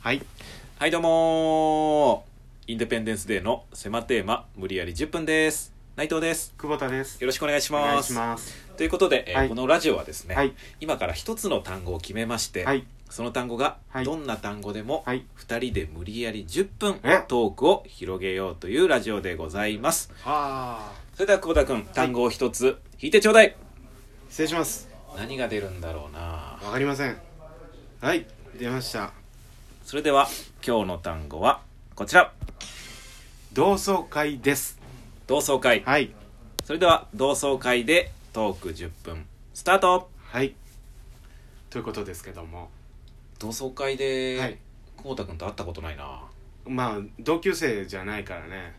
はいはいどうもーインデペンデンスデーの狭テーマ無理やり10分です内藤です久保田ですよろしくお願いしお願まいしすますということで、えーはいこのラジオはですね、はい今から一つの単語を決めまして、はいその単語がはいどんな単語でもはい2人で無理やり10分えトークを広げようというラジオでございますあそれでは久保田君単語を一つ引いてちょうだあい失礼します何が出るんだろうなわかりませんはい出ましたそれでは今日の単語はこちら同窓会です同窓会はいそれでは同窓会でトーク10分スタートはいということですけども同窓会で、はい久保田君と会ったことないなまあ同級生じゃないからね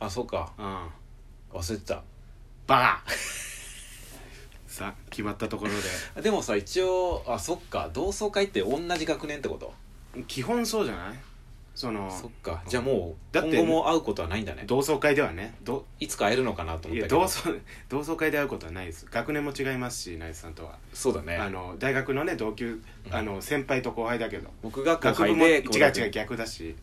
あそうかうん忘れてたバカさあ決まったところでもさ一応あそっか同窓会って同じ学年ってことで基本そうじゃないそのそっかじゃあもうだって今後も会うことはないんだね同窓会ではねどいつか会えるのかなとい思ったやけど同窓 同窓会で会うことはないです学年も違いますしナイツさんとはそうだあねの大学のね同級うんあの先輩と後輩だけど僕が後学部輩もで違う久保田君違う逆だし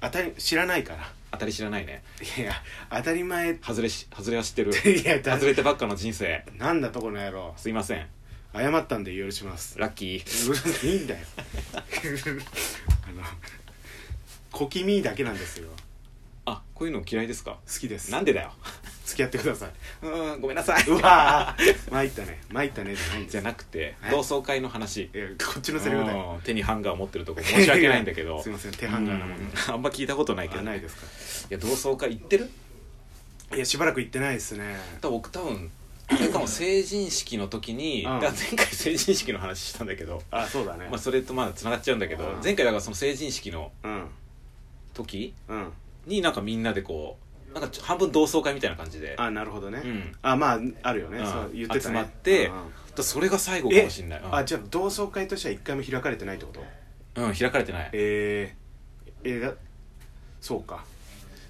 当たり知らないから当たり知らないねいや当たり前っ外れし外れは知 ってるていやだ外れてばっかの人生なんだとこの野郎すいません謝ったんで許しますラッキうーるさいいいん だよあの小気味だけなんですよあこういうの嫌いですか好きですなんでだよ付き合ってくださいうーんごめんなさいうわー参ったね参ったねじゃないんですじゃなくてえ同窓会の話いやこっちのセリフだようん手にハンガー持っ てるとこ申し訳ないんだけどすいません手ハンガーなもんでうんあんま聞いたことないけあどないいですかや同窓会行ってるいやしばらく行ってないですね多分僕多分あれかも成人式の時うに、んだから前回成人式の話したんだけど、あそうだねまあ、それとまだつながっちゃうんだけど、うん前回だからその成人式のうん時うんになんかみんなでこうなんかちょ半分同窓会みたいな感じであなるほどね、うんあまああるよね、うんそう言ってたね集まってうんうんだそれが最後かえもしんない、うんあじゃあ同窓会としては一回も開かれてないってことうん開かれてないえー、えーだそうか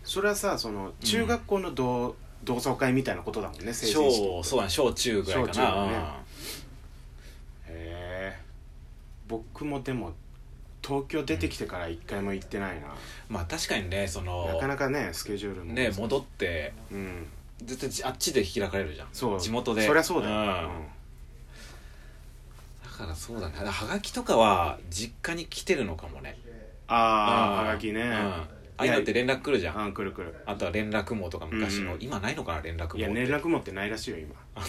それはさその中学校の同,、同窓会みたいなことだもんね成人式小そうだね小中ぐらいかな小中だねうんへえ僕もでも東京出てきてから一回も行ってないな、まあ確かにねそのなかなかねスケジュールもね戻ってうん絶対じあっちで開かれるじゃんそう地元でそりゃそうだよ、んうんだからそうだねだからはがきとかは実家に来てるのかもねああうんはがきね、うんああいうのって連絡来るじゃんうん来る来るあとは連絡網とか昔の、うん今ないのかな連絡網いや連絡持ってないらしいよ今あ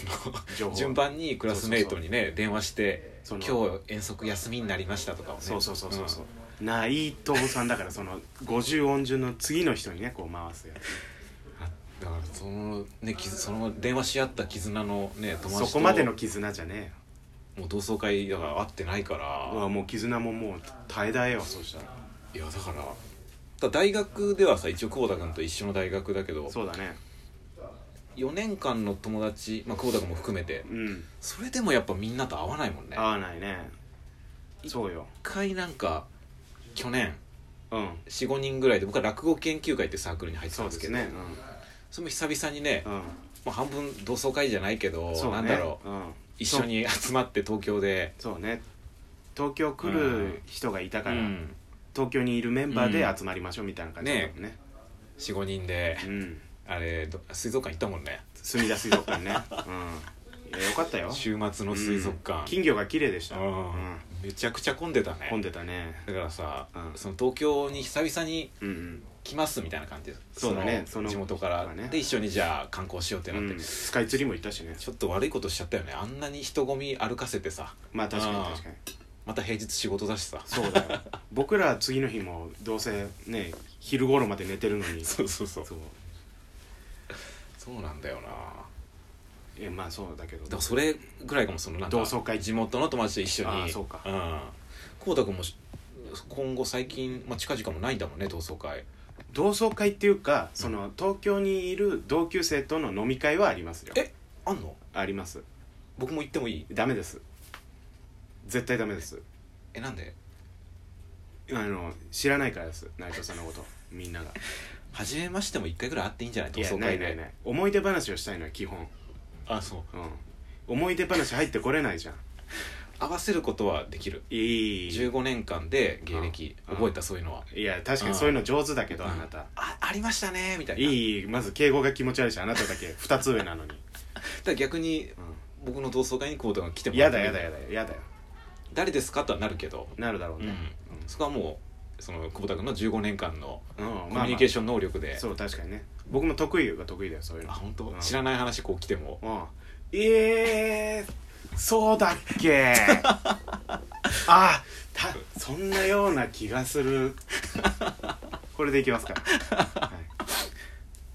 情の報順番にクラスメイトにね電話して「そ今の日遠足休みになりました」とかをねそうそうそうそうそう、内藤さんだからその50音順の次の人にねこう回すやうんだからそのねきずその電話し合った絆のねつ友達そとこまでの絆じゃねもう同窓会だから会ってないかえらようわもう絆ももう絶え絶えよそうしたらいやだからだから大学ではさ一応久保田君と一緒の大学だけどそうだね4年間の友達、まあ、久保田君も含めてうんそれでもやっぱみんなと会わないもんね合わないねいそうよ一回なんか去年うん45人ぐらいで僕は落語研究会ってサークルに入ってそたんうでですすけどねそれも久々にね、うん、うんまあ、半分同窓会じゃないけど、そうねなんだろうう、ん、一緒に集まって東京で、そうそうね東京来る人がいたうから、ん、東京にいるメンバーで集まりましょうみたいな感じだったもんね45人でうんあれど水族館行ったもんね墨田水族館ね、うん、いやよかった よ週末の水族うん館、金魚が綺麗でした、ううんん、めちゃくちゃ混んでたね混んでたねだからさ、うんその東京に久々にうんうん来ますみたいな感じでそうだねそのその地元から、そうだねで一緒にじゃあ観光しようってなって、うんスカイツリーも行ったしねちょっと悪いことしちゃったよねあんなに人混み歩かせてさまあ確かにうん確かにまた平日仕事だしさそうだよ 僕ら次の日もどうせね昼頃まで寝てるのに そうそうそうそうそうなんだよなだかえまあそうだけどらそれぐらいかもそのなんか同窓会地元の友達と一緒にあーそうかんこうたくんもし今後最近、まあ、近々もないんだもんね同窓会同窓会っていうかその東京にいる同級生との飲み会はありますよえあんのあります僕も行ってもいいダメです絶対ダメですえなんであの知らないからです内藤さんのことみんなが初めましても一回ぐらい会っていいんじゃない同いや窓ない会ないでない思い出話をしたいのは基本あそううん思い出話入ってこれないじゃん合わせることはできるいい15年間で芸歴うん覚えたそういうのはいや確かにそういうの上手だけどあなたあありましたねみたいないいいまず敬語が気持ち悪いしあなただけ2つ上な のに、だから逆に僕の同窓会にコードが来てうん、もらやだってもやだやだやだよ誰ですかとはなるけど、なるだろううんね、そこはもうその久保田君の15年間のうんまあコミまあュニケーション能力で、そう確かにね僕も得意は得意だよそういうのあ本当、うん知らない話こう来てもうんえー、そうだっ けあたそんなような気がするこれでいきますか、はい、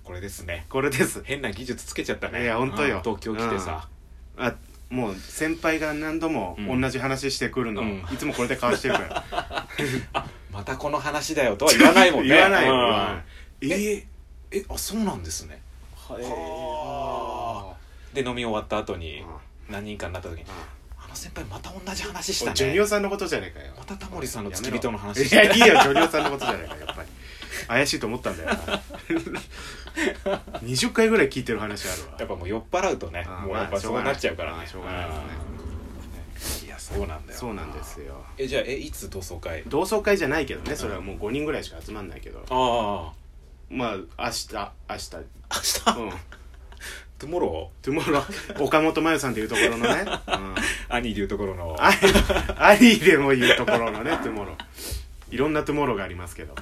これですねこれです変な技術つけちゃったねいや本当ようん東京来てさ、あもう先輩が何度も同じ話してくるの、うんいつもこれで交わしてるからまたこの話だよとは言わないもんね言わないよ、うん言わないええあそうなんですねへーはで飲み終わった後に何人かになった時に「あの先輩また同じ話したおいジョニオねさんのことじゃねえかよまたタモリさんのや付めきろ人の話しいやたいいよジョニオさんのことじゃないかやっぱり怪しいと思ったんだよ な20回ぐらい聞いてる話あるわやっぱもう酔っ払うとねあーもうやっまぱあしょそううがなないっちゃうからねあーしょうがないよねうんいやそうなんだよそうなんですよえじゃあえいつ同窓会同窓会じゃないけどねそれはもう5人ぐらいしか集まんないけどあまあ明日明日あ明日、 うんトゥモロトゥモロー岡本真由さんっていうところのね、うんー兄でいうところ のアリアリでも言うところのねトゥモローいろんなトゥモローがありますけど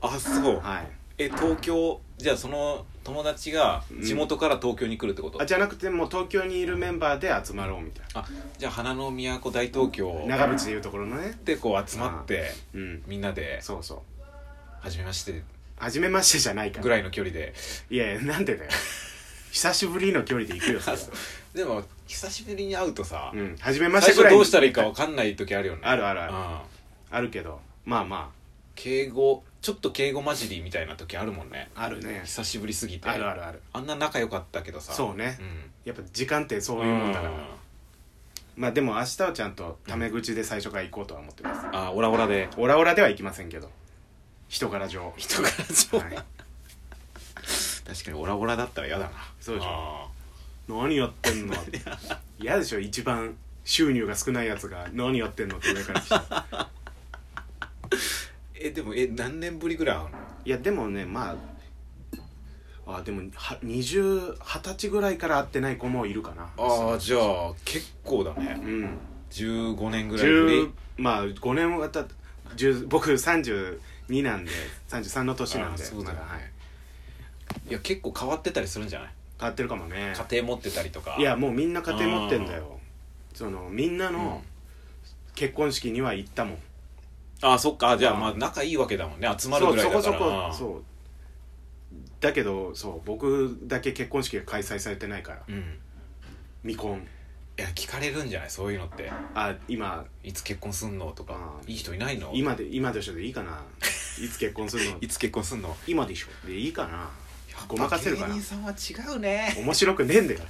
あそうはいえ東京じゃあその友達が地元から東京に来るってこと、あじゃなくてもう東京にいるメンバーで集まろうみたいあじゃあ花の都大東京な長渕でいうところのねでこう集まってうんみんなでそうそう初めまして初めましてじゃないからぐらいの距離でいやいやなんでだ よ久しぶりの距離で行くよそれはでも久しぶりに会うとさ、うん初めまし最てぐ初らいどにうしたらいいか分かんない時あるよねあるあるあるうんあるけどまあま敬語ちょっと敬語混じりみたいな時あるもんねああるね久しぶりすぎてあるあるあるあんな仲良かったけどさそうねんやっぱ時間ってそういうもんだからうんまあでも明日はちゃんとタメ口で最初から行こうとは思ってますあオラオラでオラオラでは行きませんけど人柄上人からちょはい確かにオラオラだったら嫌だなそうでしょあ何やってんの って嫌でしょ一番収入が少ないやつが何やってんのって上から来てーえでもえ何年ぶりぐらい会うのいやでもねまああでもは20 20歳ぐらいから会ってない子もいるかなああじゃあ結構だねうん15年ぐらいぶ10りまあ5年はたっ10僕32なんで33の年なんであーそうだよねまはい、いや結構変わってたりするんじゃない変わってるかもね家庭持ってたりとかいやもうみんな家庭持ってんだよそのみんなの結婚式には行ったもんああそっかじゃあうんまあ仲いいわけだもんね集まるぐらいだからそうそこそこうそうだけどそう僕だけ結婚式が開催されてないからうん未婚いや聞かれるんじゃないそういうのってあ今いつ結婚すんのとかあーいい人いないの今で今でしょでいいか ないつ結婚するのいつ結婚すんの今でしょでいいかなごまかせるかやっなぱ芸人さんは違うね面白くねえんだよ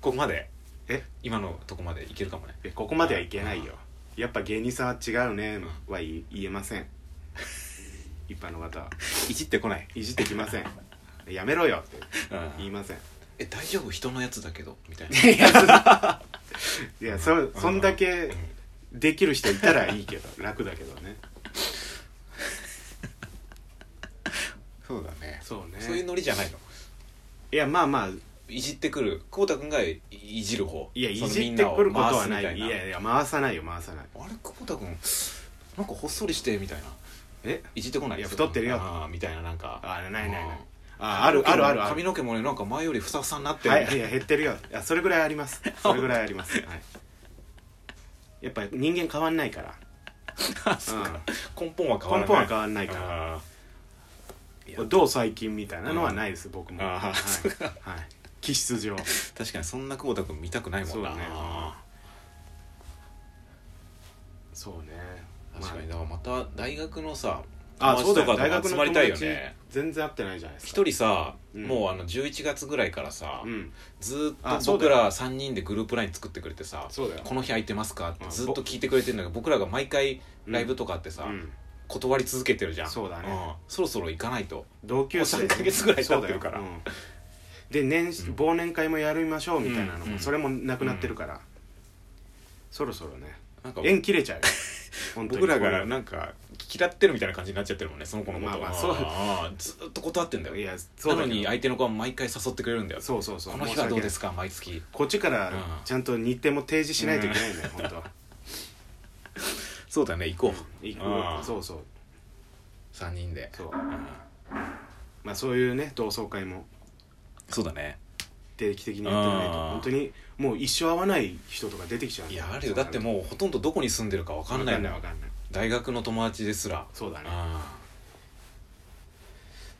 ここまでえ今のとこまでいけるかもねえここまではいけないよやっぱ芸人さんは違うねは言い言えません一般の方はいじってこない、いじってきませんやめろよって言いま せんえ大丈夫人のやつだけどみたいないやそいやそそんだうけんできる人いたらいいけど楽だけどね そうだねそうねそういうノリじゃないのいやまあまあいじってくる久保田君がいじる方いやいそのじってくることはないみんを回すみたいなやいや回さないよ回さないあれ久保田君なんかほっそりしてみたいなえいじってこないいや太ってるよあーみたいななんかあないないないうんああるあるあるあ髪るの毛もねなんか前よりふさふさになってる、はいいや減ってるよいやそれぐらいあり ますそれぐらいあります、はい、やっぱ人間変わんないからあそうか根本は変わらない根本は変わんないからあどう最近みたいなのはないです、僕もあーはい、はい、気質上ー確かにそんな久保田君見たくないもんなそうねあそうねー確かにまだからまた大学のさあ、あそうだよ友達大とか学と集のまり友たいよ達ね全然会ってないじゃないですか一人さ、うんもうあの11月ぐらいからさ、うんずーあっとそうだ僕よら3人でグループライン作ってくれてさそうだよこの日空いてますか?」ってうんずっと聞いてくれてるんだけど僕らが毎回ライブとかあってさ、うん断り続けてるじゃんそうだねんそろそろ行かないと同級生もう3ヶ月ぐらい経ってるからそうだようんで年始忘年会もやりましょうみたいなのうんうもんそれもなくなってるからそろそろねなんか縁切れち ゃうよ本当に僕らがなんか嫌ってるみたいな感じになっちゃってるもんねその子のことまあまあそうあーずーっと断ってんだよいやそうなだのけどに相手の子は毎回誘ってくれるんだよそうそうそうこの日はどうですすか毎月こっちからうんちゃんと日程も提示しないといけないんだよ、本 当はそうだね行こう行あくーそうそう3人でそううんまあそういうね同窓会もそうだね定期的にやってないとあー本当にもう一生会わない人とか出てきちゃうんいだやあるよだってもうほとんどどこに住んでるか分かんないわかんんないだわかよんない大学の友達ですらそうだねあ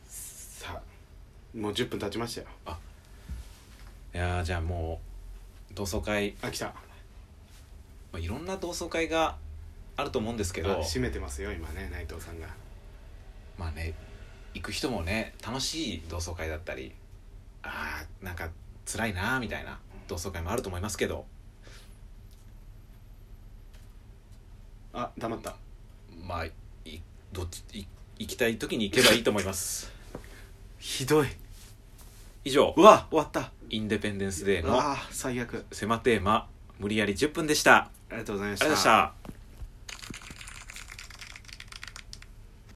さあもう10分経ちましたよーいやーじゃあもう同窓会、あ来たまあ、いろんな同窓会があると思うんですけあど閉めてますよ今ね内藤さんがまあね行く人もね楽しい同窓会だったりあーなんか辛いなーみたいな同窓会もあると思いますけどあ黙ったまあいどっちい行きたい時に行けばいいと思いますひどい 以上うわ終わったインデペンデンスデーのああ最悪狭テーマ無理やり10分でしたありがとうございましありがとうございましたた